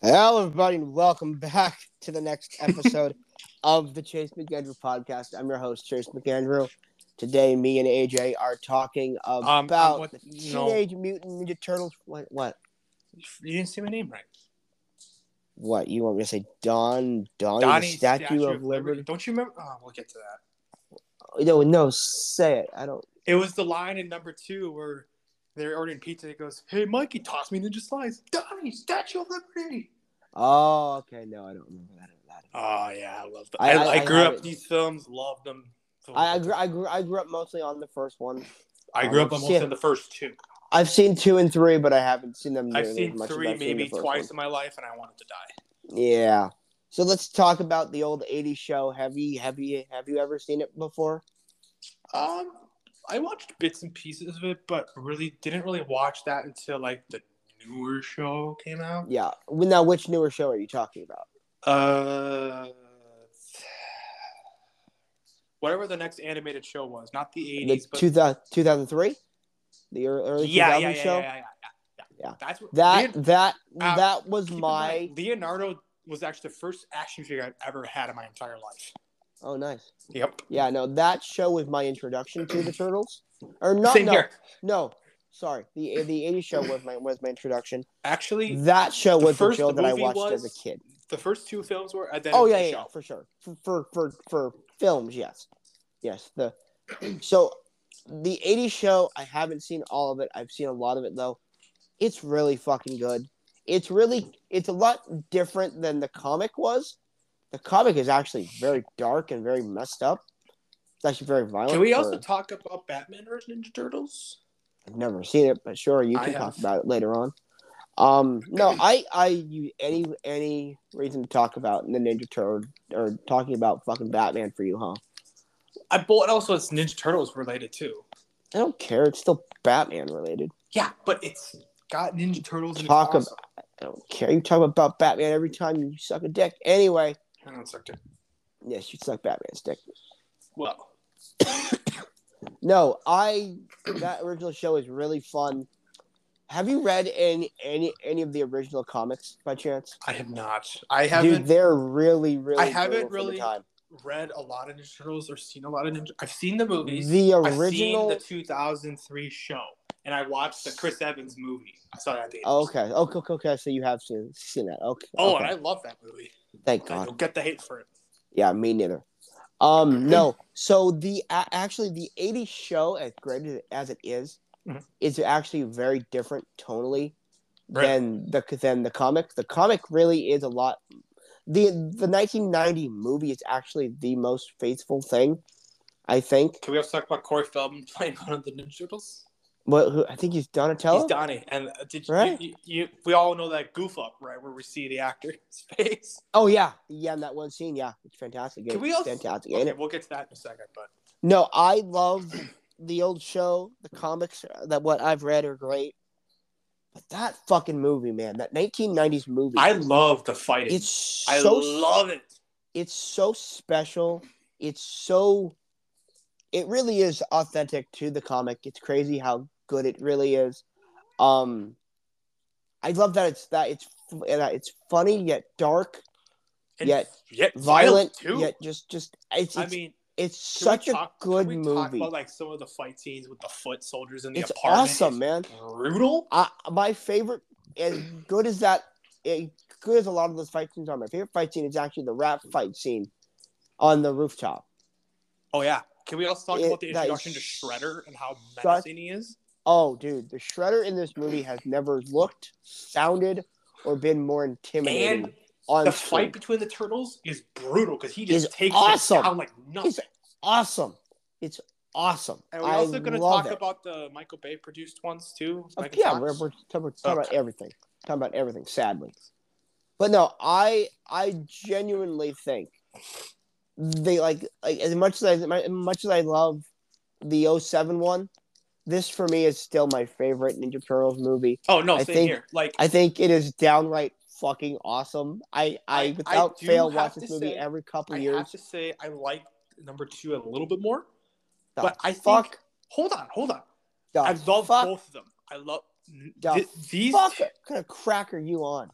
Hello, everybody, and welcome back to the next episode of the Chase McAndrew podcast. I'm your host, Chase McAndrew. Today, me and AJ are talking Um, I'm about with- the no. Teenage Mutant Ninja Turtles. What? What? You didn't say my name right. What? You want me to say Don? Don? Oh, Donnie's the Statue, of Liberty? Don't you remember? Oh, we'll get to that. No, no, say it. I don't. It was the line in number two where they're ordering pizza. It goes, "Hey, Mikey, toss me ninja slice." Donnie, Statue of Liberty. Oh, okay. No, I don't remember that. that. Oh yeah, I love that. I- I, I- I, I grew have up it. these films, loved them. So- I, Oh, I, grew, I grew. I grew up mostly on the first one. I grew up I've almost seen- in the first two. I've seen two and three, but I haven't seen them. I've nearly as seen much as three, I've seen the maybe first twice one. in my life, and I wanted to die. Yeah. So let's talk about the old 80s show. Have you have you have you ever seen it before? Um, I watched bits and pieces of it, but really didn't really watch that until like the newer show came out. Yeah. Well, Now, which newer show are you talking about? Uh, whatever the next animated show was, not the The eighties, but 2000, 2003? The ear- early 2000 yeah, yeah, yeah, show? yeah, yeah, yeah, Yeah. That's what, That Leon- that uh, that was keep in my mind, Leonardo was actually the first action figure I've ever had in my entire life. Oh, nice. Yep. Yeah, no, that show was my introduction to the Turtles. Or not Same no. here. No. Sorry. The the 80s show was my was my introduction. Actually, That show The was the, first show that I movie watched as a was- kid. the first two films were. And then Oh it was yeah, the yeah, yeah, show. for sure. For for for, for films, yes, yes. The so the '80s show. I haven't seen all of it. I've seen a lot of it though. It's really fucking good. It's really it's a lot different than the comic was. The comic is actually very dark and very messed up. It's actually very violent. Can we for- also talk about Batman versus Ninja Turtles? I've never seen it, but sure, you I can talk have. about it later on. Um, no, I, I, you, any, any reason to talk about the Ninja Turtle or talking about fucking Batman for you, huh? I but also it's Ninja Turtles related too. I don't care. It's still Batman related. Yeah, but it's got Ninja Turtles. And Talk it's awesome. I don't care. You talk about Batman every time you suck a dick. Anyway, Hang on a second. yes, you suck Batman's dick. Well, No, I, that original show is really fun. Have you read any, any, any of the original comics by chance? I have not. I Dude, haven't they're really, really. I brutal haven't for the really time. read a lot of Ninja Turtles or seen a lot of Ninja. I've seen the movies. The I've seen original. the 2003 show, and I watched the Chris Evans movie. I saw that. at the Oh, okay. Oh, okay, okay. So you have seen seen that. Okay. Oh, okay. and I love that movie. thank I God. don't get the hate for it. Yeah, me neither. Um, no. So the a- actually the '80s show, as great as- as it is, Mhm. is actually very different tonally Right. than the than the comic. The comic really is a lot. the The 1990 movie is actually the most faithful thing, I think. Can we also talk about Corey Feldman playing one of the Ninja Turtles? What who, I think he's Donatello. He's Donnie, and uh, did you, Right. you, you- we all know that goof up right where we see the actor's face. oh yeah, yeah. In that one scene, yeah, it's fantastic. Can It's we also- fantastic. And Okay, it- we'll get to that in a second, but No, I love the old show. The comics uh, that what I've read are great, but that fucking movie, man, that 1990s movie, I love the fighting. it's so I love it. it's so special. It's so it really is authentic to the comic. It's crazy how good it really is. Um, I love that it's that it's that it's funny yet dark, And Yet yet violent, too. yet just just it's it's, I mean, it's Can we such a talk- can good we Talk movie. about like some of the fight scenes with the foot soldiers in the it's apartment. awesome, man. It's brutal. I, my favorite, as good as that, as good as a lot of those fight scenes are, my favorite fight scene is actually the rap fight scene on the rooftop. Oh yeah. Can we also talk It- about the that is introduction to Shredder and how such- menacing he is? Oh, dude, the Shredder in this movie has never looked, sounded, or been more intimidating And on the screen. fight between the turtles is brutal because he just It's takes awesome. them down like nothing. It's awesome. It's awesome. and we're I also going to love talk it. about the Michael Bay produced ones too. Oh, Michael yeah, Fox. we're, we're talking, we're talking Oh. about everything. Talking about everything, sadly. But no, I I genuinely think they like, like as much as I as much as I love the 07 one, this for me is still my favorite Ninja Turtles movie. oh no, I same think- here. Like I think it is downright fucking awesome. I I, I- I without do fail have watch to this movie say- every couple I years. have to say, I like number two a little bit more. The but I think- fuck Hold on, hold on. the I love fuck both of them. I love The th- these fuck kind of crack are you on?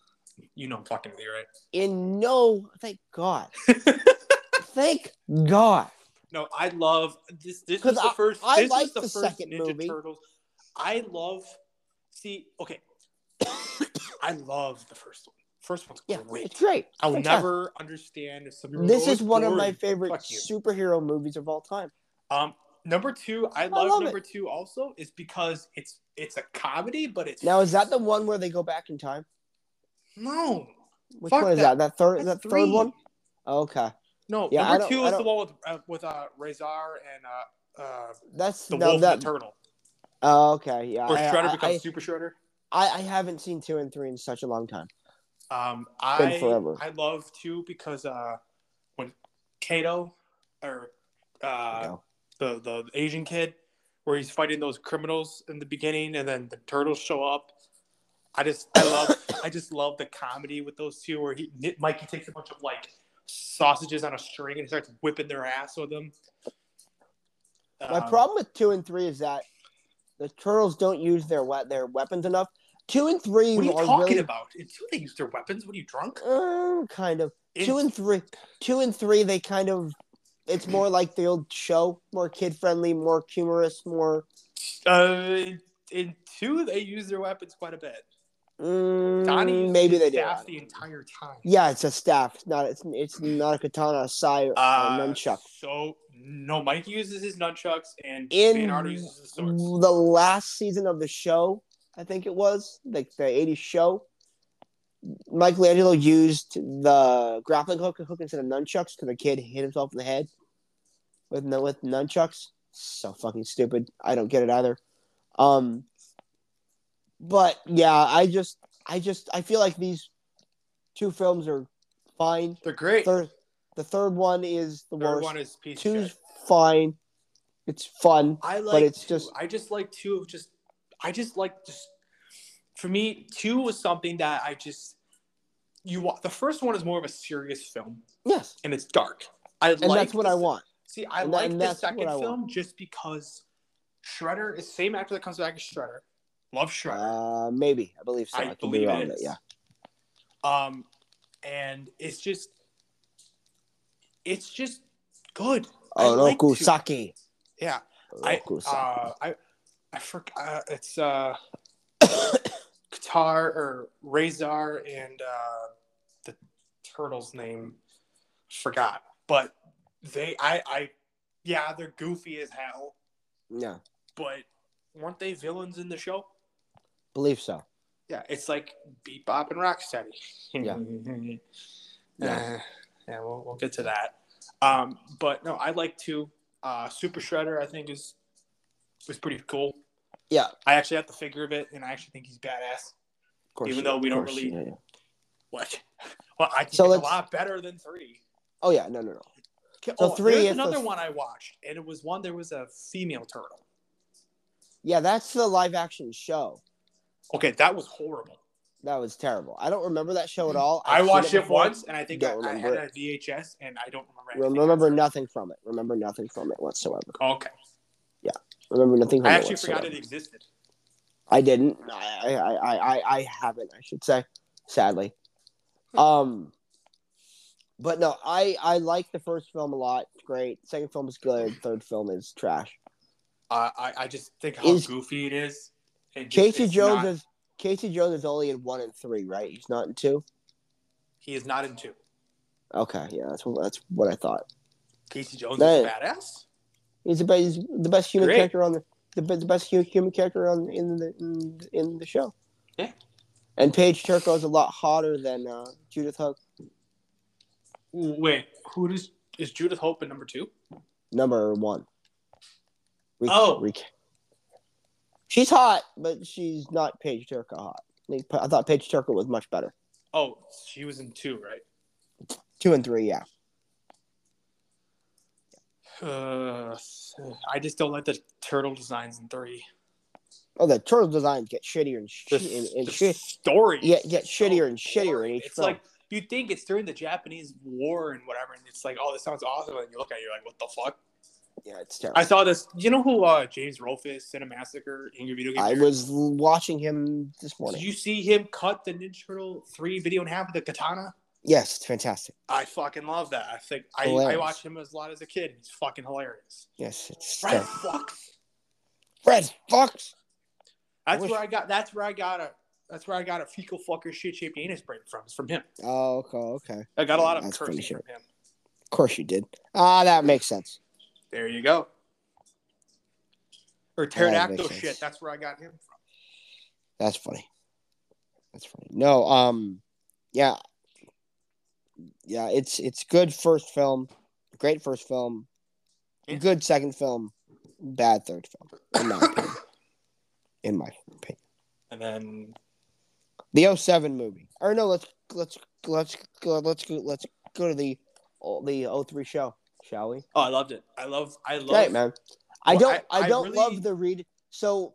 You know I'm talking to you, right? in no thank God. thank God. No, I love this. This 'Cause was the I- first. I this was like the, the first second Ninja movie. Turtles. I love. See, okay. I love the first one. First one's Yeah, great. it's great. I'll Fantastic. never understand if some people. This go, is "It's one of my boring." favorite Fuck you. superhero movies of all time. Um, number two, I love, love number two also is because it's it's a comedy, but it's Now, is that the one where they go back in time? no Which Fuck one is that? that. That third, That's that third one. three. Okay, no Yeah, I number don't- two I is the don't- one with uh, with uh, Razar and uh, uh, that's the no, Wolf that. and the Turtle, oh, okay, yeah. where I, Shredder I- becomes I- Super Shredder. I, I haven't seen two and three in such a long time. Um, been I forever. I love too because uh, when Kato or uh, No. the the Asian kid where he's fighting those criminals in the beginning, and then the turtles show up. I just I love I just love the comedy with those two where he Mikey takes a bunch of like sausages on a string and starts whipping their ass with them. My Um, problem with two and three is that the turtles don't use their we- their weapons enough. Two and three What are you are talking really about? And two, they use their weapons. What are you drunk? uh, kind of two In- and three. Two and three, they kind of. It's more like the old show, more kid friendly, more humorous, more. uh, in two, they use their weapons quite a bit. Mm, Donnie maybe they do. I staff don't the entire time. Yeah, it's a staff. It's not it's it's not a katana, a sai, or a Uh, nunchuck. So no, Mike uses his nunchucks and In- Leonardo uses his swords. The last season of the show, I think it was like the '80s show. Michelangelo used the grappling hook, hook instead of nunchucks because the kid hit himself in the head with nu- with nunchucks. So fucking stupid. I don't get it either. Um, but yeah, I just, I just, I feel like these two films are fine. They're great. Third, the third one is the Third worst. one is piece of Two's shit. fine. It's fun. I like. it's two. just- I just like two. of Just. I just like just. For me, two was something that I just. You wa- the first one is more of a serious film Yes, and it's dark. I and like that's what the I se- want. See, I And that- like and the that's what second I want. film just because Shredder is same actor that comes back as Shredder. Love Shredder. Uh, maybe I believe so. I I, can be believe wrong, it but is. yeah. Um, and it's just, it's just good. I Oh, like to- Orokusaki. Yeah, I Orokusaki. uh, I I forgot. Uh, it's uh, Qatar or Razor and uh, the turtle's name forgot, but they I I yeah they're goofy as hell, yeah, but weren't they villains in the show? believe so. Yeah, it's like Bebop and Rocksteady. Yeah. yeah. yeah, we'll, we'll get to that. Um, but no, I like to. Uh, Super Shredder, I think, is was pretty cool. Yeah, of I actually have the figure of it, and I actually think he's badass. course. Even though we of don't course, really- yeah, yeah. What? Well, I think So it's a let's- lot better than three. Oh yeah, no, no, no. Okay, So oh, three there's is another the- one I watched, and it was one there was a female turtle. Yeah, that's the live action show. Okay, that was horrible. That was terrible. I don't remember that show at all. I I've seen watched it, before. once, and I think I, Don't I had remember a VHS, and I don't remember. anything Remember else. nothing from it. Remember nothing from it whatsoever. Okay, Remember nothing from it I actually whatsoever. forgot it existed. I didn't. I I, I, I I haven't. I should say, sadly. Hmm. Um, but no, I I like the first film a lot. It's great. Second film is good. Third film is trash. Uh, I I just think how Is- goofy it is. It just- Casey it's Jones not- is Casey Jones is only in one and three, right? He's not in two. he is not in two. Okay, yeah, that's what that's what I thought. Casey Jones is Man. badass. He's the best. He's the best human Great. character on the the, be- the best hu- human character on in the in, in the show. Yeah. And Paige Turco is a lot hotter than uh, Judith Hook. Wait, who does is Judith Hope in number two? number one. Re- Oh. re- she's hot, but she's not Paige Turco hot. I think- I thought Paige Turco was much better. Oh, she was in two, right? Two and three, yeah. Uh, I just don't like the turtle designs in three. Oh, the turtle designs get shittier and, sh- The, and, and the shit. story, Yeah, is get so shittier and shittier in boring. each It's film. like you think it's during the Japanese War and whatever, and it's like, oh, this sounds awesome, and you look at it, you're like, what the fuck? Yeah, it's terrible. I saw this. You know who uh, James Rolfe is? Cinemassacre in your video game. I, character? was l- watching him this Did morning. you see him cut the Ninja Turtle three video in half with a katana? yes, it's fantastic. I fucking love that. I think I, I Hilarious. watched him as a lot as a kid. He's fucking hilarious. Yes, it's Right, terrible. fuck. Red Fox. That's wish- where I got. That's where I got a. That's where I got a fecal fucker shit shaped anus brain from. It's from him. Oh, okay, okay. Of I got a lot of That's cursing pretty sure. from him. course you did. Ah, that makes sense. There you go. Or Yeah, that pterodactyl makes sense. shit. That's where I got him from. That's funny. That's funny. No, um, yeah, yeah. It's it's good first film, great first film, Yeah. good second film, bad third film. In my opinion. in my opinion, And then the 07 movie. Or no, let's let's let's go let's go let's go to the the 03 show, shall we? oh, I loved it. I love. I love. Right, man. I Well, don't. I- I, I don't really- love the read. So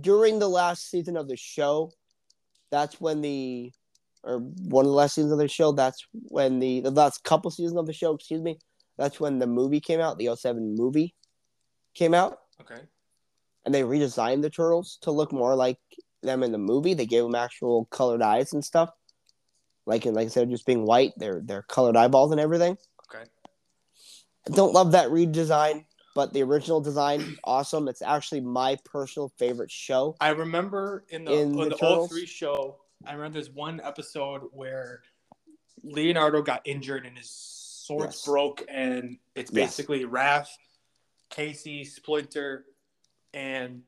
during the last season of the show, that's when the, or one of the last seasons of the show. That's when the the last couple seasons of the show. Excuse me. That's when the movie came out. The 07 movie came out, Okay. and they redesigned the turtles to look more like them in the movie. They gave them actual colored eyes and stuff. Like and like instead of just being white, they're they're colored eyeballs and everything. Okay. I don't love that redesign, but the original design, awesome. It's actually my personal favorite show. I remember in the In in the the, Turtles? 03 show, I remember there's one episode where Leonardo got injured and his swords Yes. broke, and it's Yes. basically Raph, Casey, Splinter, and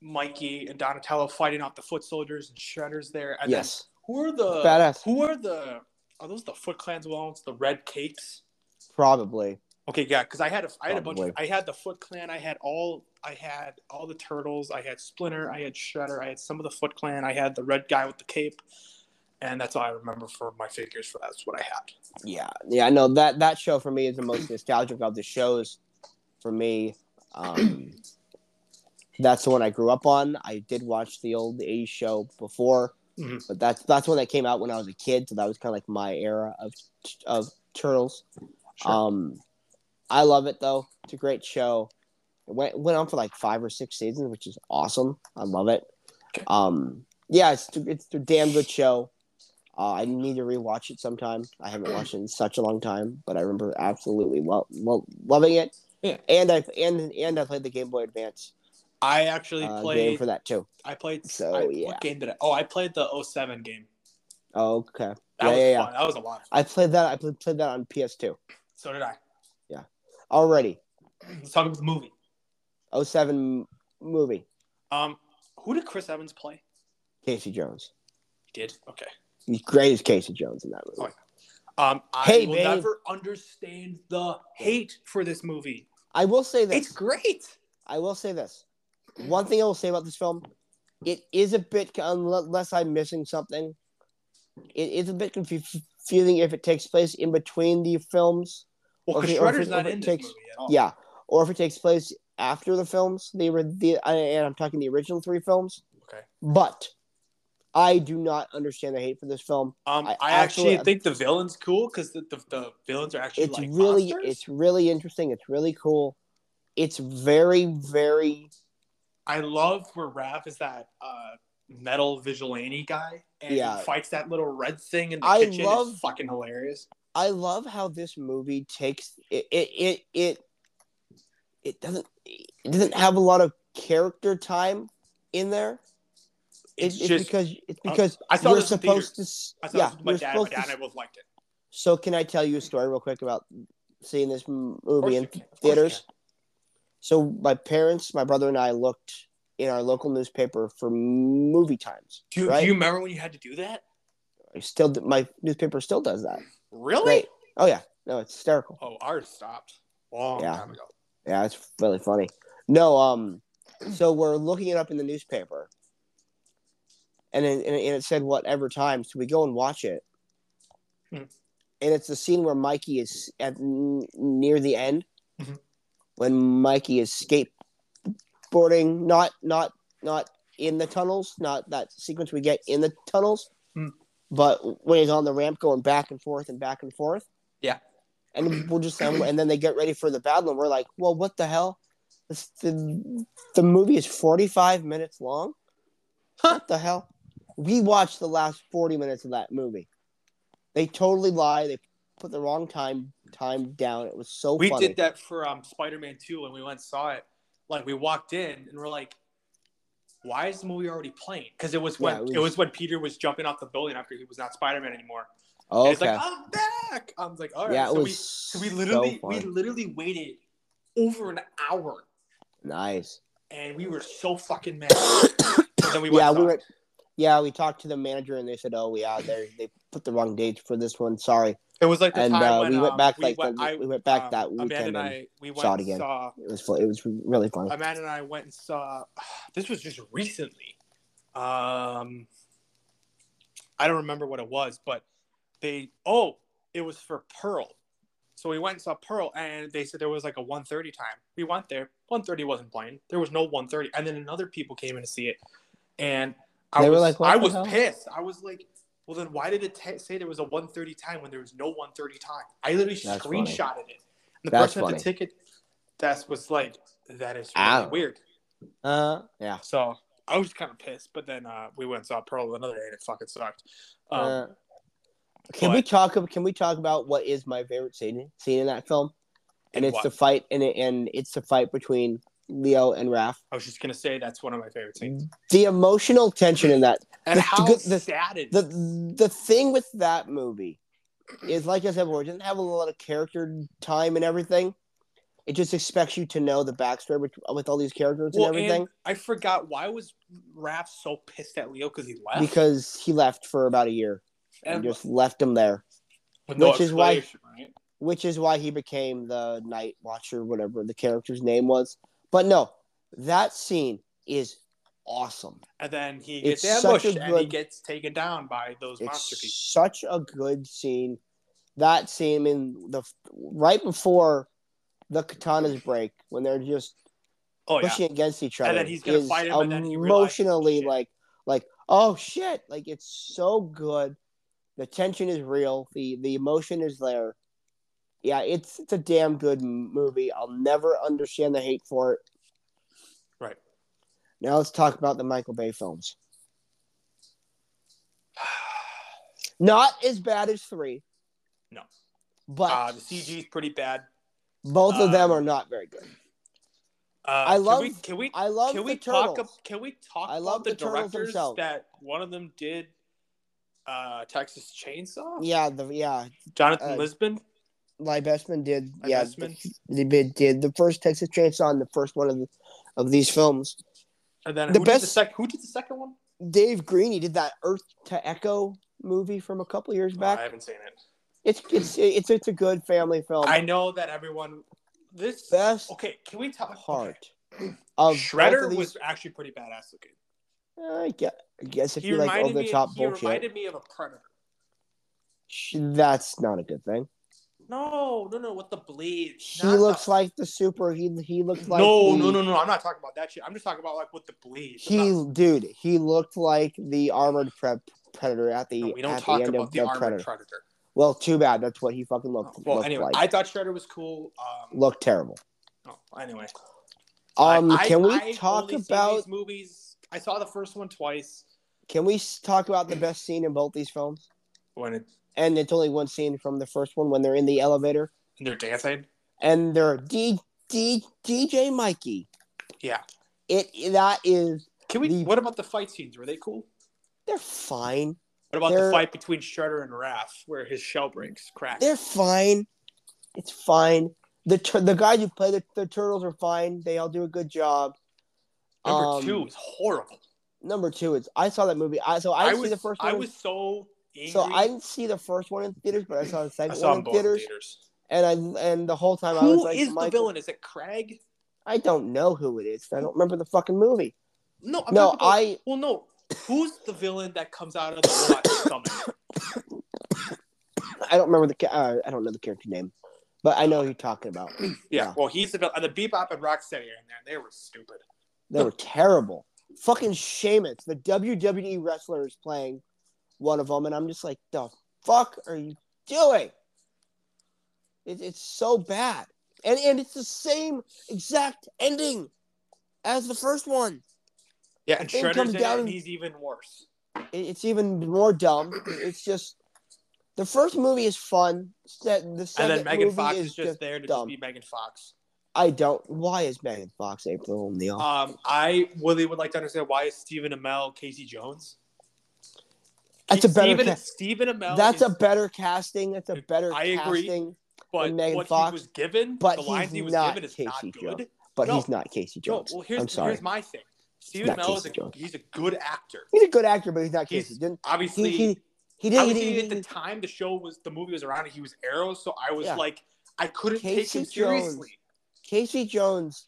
Mikey and Donatello fighting off the foot soldiers and Shredder's there. And then uh, yes, who are the Badass. Who are the are those the Foot Clan's ones? The red capes? probably. Okay, yeah, because I had a I had a bunch of Probably. I had the Foot Clan, I had all I had all the turtles, I had Splinter, I had Shredder, I had some of the Foot Clan, I had the red guy with the cape, and that's all I remember for my figures. For that's what I had. Yeah, yeah. No, that that show for me is the most nostalgic of the shows. For me, um, that's the one I grew up on. I did watch the old '80s show before, Mhm. but that's that's one that came out when I was a kid. So that was kind of like my era of of turtles. Sure. Um, I love it though. It's a great show. It went went on for like five or six seasons, which is awesome. I love it. Okay. Um, yeah, it's it's a damn good show. Uh, I need to rewatch it sometime. I haven't watched it in such a long time, but I remember absolutely lo- lo- loving it. Yeah. And I and and I played the Game Boy Advance I actually uh, game played. for that too. I played. So, I, yeah. What game did I? Oh, I played the 07 game. Okay, That Yeah, was yeah, yeah. fun. That was a lot. Of fun. I played that. I played, played that on PS2. So did I. Already, Let's talk about the movie. 07 movie. Um, who did Chris Evans play? Casey Jones. He did okay. He's great as Casey Jones in that movie. Oh, Um, I Hey, will man. never understand the hate for this movie. I will say this. It's great. I will say this. One thing I will say about this film, it is a bit unless I'm missing something. It is a bit confu- confusing if it takes place in between the films. Well, 'cause Okay, or if Shredder's it- not or if in it this takes- movie at all. Yeah, or if it takes place after the films. They were the I, and I'm talking the original three films. Okay. But I do not understand the hate for this film. Um, I, I actually absolutely- think the villain's cool because the, the, the villains are actually It's like really monsters. it's really interesting. It's really cool. It's very very I love where Raph is that uh, metal vigilante guy and Yeah. he fights that little red thing in the I kitchen. love- It's fucking hilarious. I love how this movie takes it it it it, it doesn't it doesn't have a lot of character time in there. It- It's it's just because it's uh, because I saw you're this in theater. supposed to. s- I saw Yeah, this with my you're dad. My supposed dad to. and I s- both liked it. So can I tell you a story real quick about seeing this m- Of course movie in you can. Of course you theaters? So my parents, my brother, and I looked in our local newspaper for movie times. can. Do, Right? do you remember when you had to do that? I still, d- my newspaper still does that. Really? Great. Oh yeah, no, it's hysterical. Oh, ours stopped long Yeah. time ago. Yeah, it's really funny. No, um, so we're looking it up in the newspaper, and it, and it and it said whatever time. So we go and watch it, Hmm. and it's the scene where Mikey is at n- near the end, Mhm. when Mikey is skateboarding, not not not in the tunnels, not that sequence we get in the tunnels, Hmm. but when he's on the ramp going back and forth and back and forth. Yeah. and we'll just and then they get ready for the battle, and we're like, well, what the hell? This, the, the movie is 45 minutes long. What the hell? We watched the last 40 minutes of that movie. They totally lie. They put the wrong time time down. It was so we funny. did that for um, Spider-Man 2 when we went and saw it. Like we walked in and we're like, why is the movie already playing? Because it was when Yeah, it it was... was- when Peter was jumping off the building after he was not Spider-Man anymore. okay. And it's like I'm back. I was like, all right. yeah, it so was we so we literally so we fun. literally waited over an hour nice. and we were so fucking mad. and then we went yeah, and saw we it. were. Yeah, we talked to the manager and they said, "Oh, yeah, they they put the wrong dates for this one. Sorry." It was like the And time uh, when we went um, back we like went, the, I, we went back um, that weekend. Amanda And and I we went saw it and again. saw it was fu- it was really fun. Amanda and I went and saw this was just recently. Um I don't remember what it was, but they oh, it was for Pearl. So we went and saw Pearl and they said there was like a 130 time. We went there. 130 wasn't playing. There was no 130. And then another people came in to see it. And I They were was like, what I the was hell? pissed. I was like, well then why did it t- say there was a 130 time when there was no 130 time? I literally That's funny. screenshotted it. And the That's person at the funny. ticket desk was like, that is really Ow. weird. Uh, yeah. So I was kind of pissed, but then uh, we went and saw Pearl another day, and it fucking sucked. Um, uh, can we talk? ab- Can we talk about what is my favorite scene scene in that film? And And it's what? the fight, and it, and it's the fight between Leo and Raph. I was just gonna say that's one of my favorite scenes, The emotional tension in that and mm. The- how the good- the- sad it is. the the thing with that movie is like I said before, it doesn't have a lot of character time and everything. It just expects you to know the backstory with, with all these characters Well, and everything and I forgot why was Raph so pissed at Leo because he left. because he left for about a year and And just left him there, with no which is why- explanation, right? which is why he became the Night Watcher, whatever the character's name was. But no, that scene is awesome. And then he It's gets ambushed such a and he good- gets taken down by those monster people. It's such a good scene. That scene in the right before the katanas break when they're just Oh yeah, pushing against each other. And then he's gonna is fight him, and then he realizes, emotionally shit. like like oh shit, like it's so good. The tension is real. the The emotion is there. Yeah, it's it's a damn good m- movie. I'll never understand the hate for it. Right. Now let's talk about the Michael Bay films. Not as bad as three. No. But uh, the CG is pretty bad. both of them uh, are not very good. Uh, I love- Can we? Can we I love can the we turtles. talk? ab- Can we talk I about love the, the turtles directors themselves. that one of them did? Uh, Texas Chainsaw. yeah, the yeah, Jonathan uh, Lisbon. Libestman did. Mike yeah, Esman. they did, did the first Texas Chainsaw and the first one of the, of these films. and then the who Did the best- sec- who did the second one? Dave Green, he did that Earth to Echo movie from a couple years Oh, back. I haven't seen it. It's it's it's it's a good family film. I know that everyone. This Um, Best okay. Can we talk? part of both Oh, Shredder of these, was actually pretty badass looking. I guess, I guess if He you like reminded over the me. top He bullshit, reminded me of a predator. sh that's not a good thing. No, no, no. With the blades. He not looks the- like the super. He he looked like no, the- no, no, no. I'm not talking about that shit. I'm just talking about like with the blades. I'm not- He dude, he looked like the armored prep predator at the no, we don't at talk the end about of the the armored predator. predator. Well, too bad. That's what he fucking looked, Well, looked anyway, like. I thought Shredder was cool. Um, looked terrible. oh, anyway, Um, I- I- can we I've talk only seen about? these movies? I saw the first one twice. Can we s- talk about the best scene in both these films? When it, And it's only one scene from the first one when they're in the elevator they're dancing, and they're D D DJ Mikey. Yeah. It that is can we? The- what about the fight scenes? Were they cool? they're fine. What about the They're- fight between Shredder and Raph, where his shell breaks, cracks? They're fine. It's fine. The tur- the guys who play the, the turtles are fine. They all do a good job. Number um, two is horrible. Number two is I saw that movie. I so I, I didn't was, see the first one. I was so angry. so I didn't see the first one in theaters, but I saw the I second saw one them in both in theaters, theaters. and I and the whole time I was Who like, is the Michael- villain? Is it Craig? I don't know who it is. I don't remember the fucking movie. No, I'm no, talking about- I Well, no. Who's the villain that comes out of the robot's stomach? I don't remember the ca- uh, I don't know the character name, but I know who you're talking about. Yeah, Yeah. well, he's the villain. And the Bebop and Rocksteady are in there. They were stupid. They were terrible. Fucking Sheamus, the WWE wrestler, is playing one of them, and I'm just like, the fuck are you doing? It, it's so bad, and and it's the same exact ending as the first one. Yeah, and Thing Shredder's comes in it, down and and- he's even worse. It, it's even more dumb. It's just the first movie is fun. Set the And second then Megan movie Fox is is just there to dumb. just be Megan Fox. I don't. Why is Megan Fox April O'Neil? Um, I really would like to understand why is Stephen Amell Casey Jones? that's a better. Stephen, ca- Stephen Amell. that's Uh, is, a better casting. That's a better I agree. casting. but than Megan what Fox, he was given, but the lines he's he was not given is Casey not good. Jones. But No. he's not Casey No, Jones. well, here's I'm sorry. here's my thing. Stephen not Amell is a Casey Jones. he's a good actor. He's a good actor, but he's not He's- Casey. Didn't, Obviously, he, he, he I didn't. was He, at didn't- the time the show was the movie was around and he was Arrow, so I was Yeah. like I couldn't take Casey him Jones. seriously. Casey Jones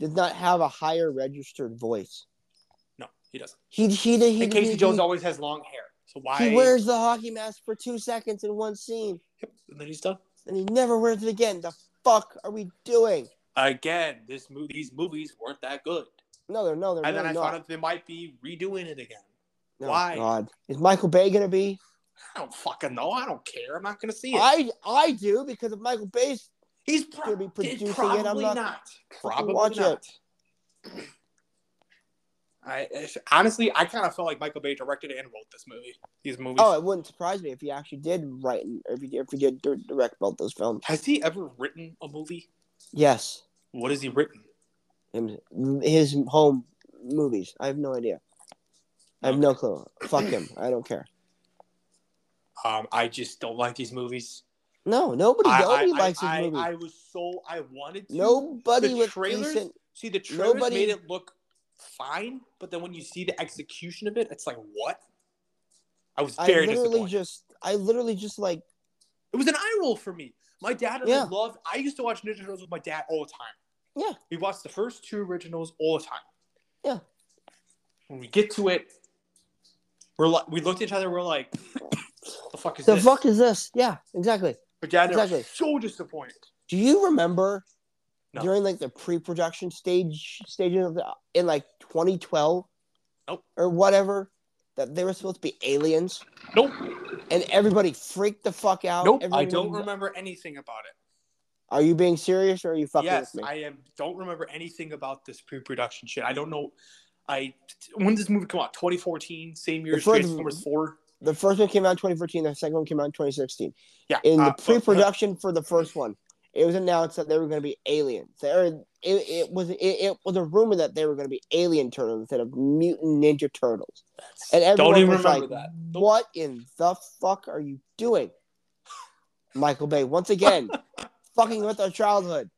does not have a higher registered voice. No, he doesn't. He he he. he And Casey he, Jones always has long hair, so why? he wears the hockey mask for two seconds in one scene, Yep, and then he's done and he never wears it again. The fuck are we doing? again. This movie, these movies weren't that good, No, they're no, they're and then really I not. thought they might be redoing it again. No, why? God. is Michael Bay gonna be? I don't fucking know. I don't care. I'm not gonna see it. I I do because if Michael Bay's He's pro- gonna be he's producing it, probably I'm not- Probably watch not. I I- honestly, I kind of felt like Michael Bay directed and wrote this movie. These movies. Oh, it wouldn't surprise me if he actually did write and if he, if he did dir- direct both those films. Has he ever written a movie? Yes, What has he written? him, his home movies. I have no idea. I have no clue. Fuck him. I don't care. Um, I just don't like these movies. No, nobody, I, I, nobody I- likes I- his movies. I was so I wanted to. nobody the with trailers- decent. See, the trailers nobody- made it look fine, but then when you see the execution of it, it's like what? I was I very literally disappointed. just, I literally just like, It was an eye roll for me. My dad and Yeah. I loved. I used to watch Ninja Turtles with my dad all the time. Yeah. we watched the first two originals all the time. Yeah. When we get to it, we're like, we looked at each other. We're like, the fuck is the this? fuck is this? Yeah, exactly. My dad and I were Exactly. so disappointed. Do you remember No. during like the pre-production stage staging of the in like 2012 Nope. or whatever that they were supposed to be aliens Nope, and everybody freaked the fuck out? nope. I Everyone- don't remember anything about it. Are you being serious or are you fucking yes, with me? I am. Don't remember anything about this pre-production shit. I don't know. I when did this movie come out? 2014, same year as Before the- Transformers Four. the first one came out in 2014. The second one came out in 2016. Yeah, In uh, the pre-production for the first one, it was announced that they were going to be aliens. There, it, it was it, it was a rumor that they were going to be alien turtles instead of mutant ninja turtles. And everyone don't even was remember like, that. Nope. "What in the fuck are you doing, Michael Bay?" Once again, fucking with our childhood.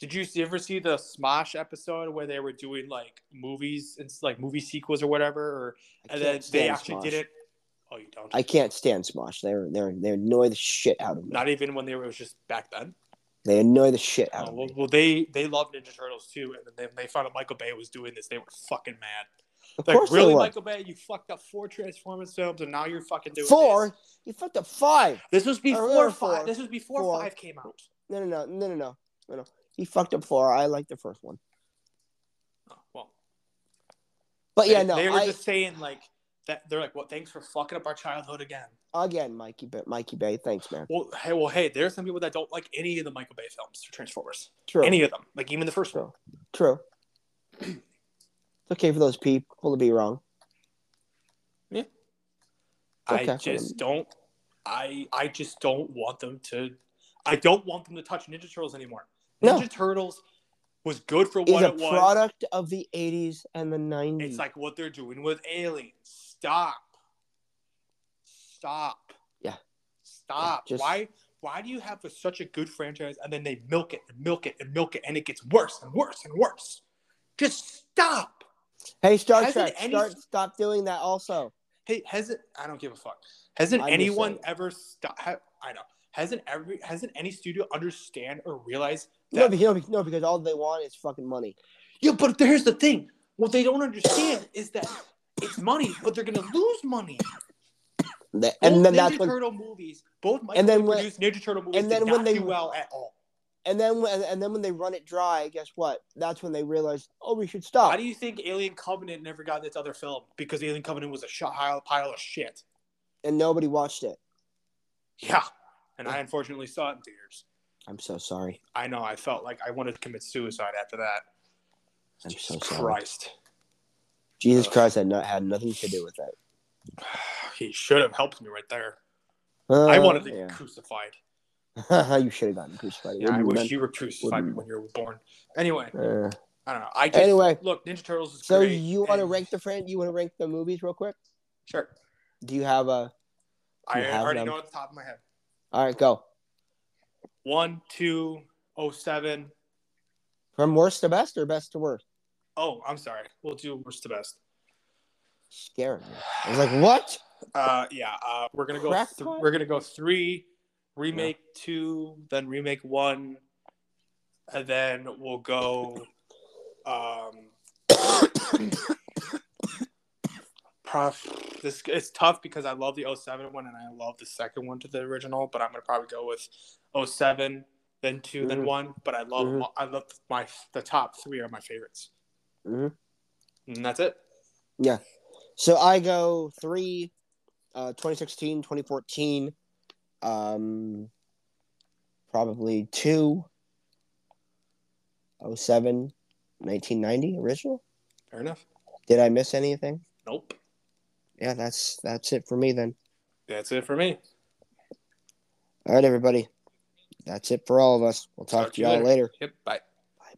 Did you see- ever see the Smosh episode where they were doing like movies and s- like movie sequels or whatever? Or, I can't and then they stand actually did Smosh. it. Oh, you don't. I can't stand Smosh. They're they're they annoy the shit out of me. Not even when they were it was just back then. They annoy the shit out Oh, of well, me. well, they they loved Ninja Turtles too, and then they, when they found out Michael Bay was doing this. They were fucking mad. Of Like course really, they were. Michael Bay, you fucked up four Transformers films, and now you're fucking doing Four. This. You fucked up five. This was remember before four. five. This was before Four. five came out. No, no, no, no, no, no, no, no. He fucked up four. I like the first one, Oh, well, but yeah, they, no. They were I, just saying like that. They're like, "Well, thanks for fucking up our childhood again." again, Mikey, Ba- Mikey Bay. Thanks, man. Well, hey, well, hey, there's some people that don't like any of the Michael Bay films or Transformers. True, Any of them, like even the first one. true. It's okay for those people to be wrong. Okay. I just don't. I I just don't want them to. I don't want them to touch Ninja Turtles anymore. No. Ninja Turtles was good for It's what a it was. product of the '80s and the '90s. It's like what they're doing with Aliens. Stop. Stop. Yeah. Stop. Yeah, just- Why? Why do you have a, such a good franchise and then they milk it and milk it and milk it and it gets worse and worse and worse? Just stop. hey, Star hasn't Trek, any- start, stop doing that. Also, Hey, hasn't I don't give a fuck. Hasn't I'm just anyone saying. ever stopped? Ha, I know. Hasn't every hasn't any studio understand or realize no, that? because, no, because- no, because all they want is fucking money. yeah, but here's the thing. What they don't understand is that it's money, but they're gonna lose money. That- and Both then Ninja that's when, Turtle movies. Both Michael And then Bay when- produced Ninja Turtle movies and then did when not they- do well at all. and then when, and then when they run it dry, guess what? That's when they realize, oh, we should stop. Why do you think Alien Covenant never got its other film? Because Alien Covenant was a sh- pile pile of shit. and nobody watched it. Yeah, and I unfortunately saw it in theaters. I'm so sorry. I know I felt like I wanted to commit suicide after that. I'm Jesus so sorry. Christ, Jesus Ugh. Christ had not had nothing to do with that. he should have helped me right there. I Uh, wanted to get yeah. crucified. you should have gotten crucified. It Yeah, I wouldn't wish have you were crucified wouldn't- when you were born. Anyway, been- uh, I don't know. I just, anyway, look Ninja Turtles is so great, you want to and- rank the friend? You want to rank the movies real quick? Sure, Do you have a? I You have already them. know at the top of my head. All right, go One, two, oh seven. from worst to best or best to worst. Oh, I'm sorry. We'll do worst to best. Scared me. I was like, what? Uh, yeah. Uh, we're gonna go. Crack Th- pot? we're gonna go three, remake two, then remake one, and then we'll go. Um, prof, this it's tough because I love the 07 one and I love the second one to the original, but I'm gonna probably go with 07, then 2 then Mhm. one. But I love Mhm. I love my the top three are my favorites. Mhm. And that's it. So I go three, uh, 2016, 2014, um, probably two, 07, 1990 original. Fair enough. Did I miss anything? Nope. Yeah, that's that's it for me then. That's it for me. All right, everybody. That's it for all of us. We'll talk, to y'all later. Yep. Bye.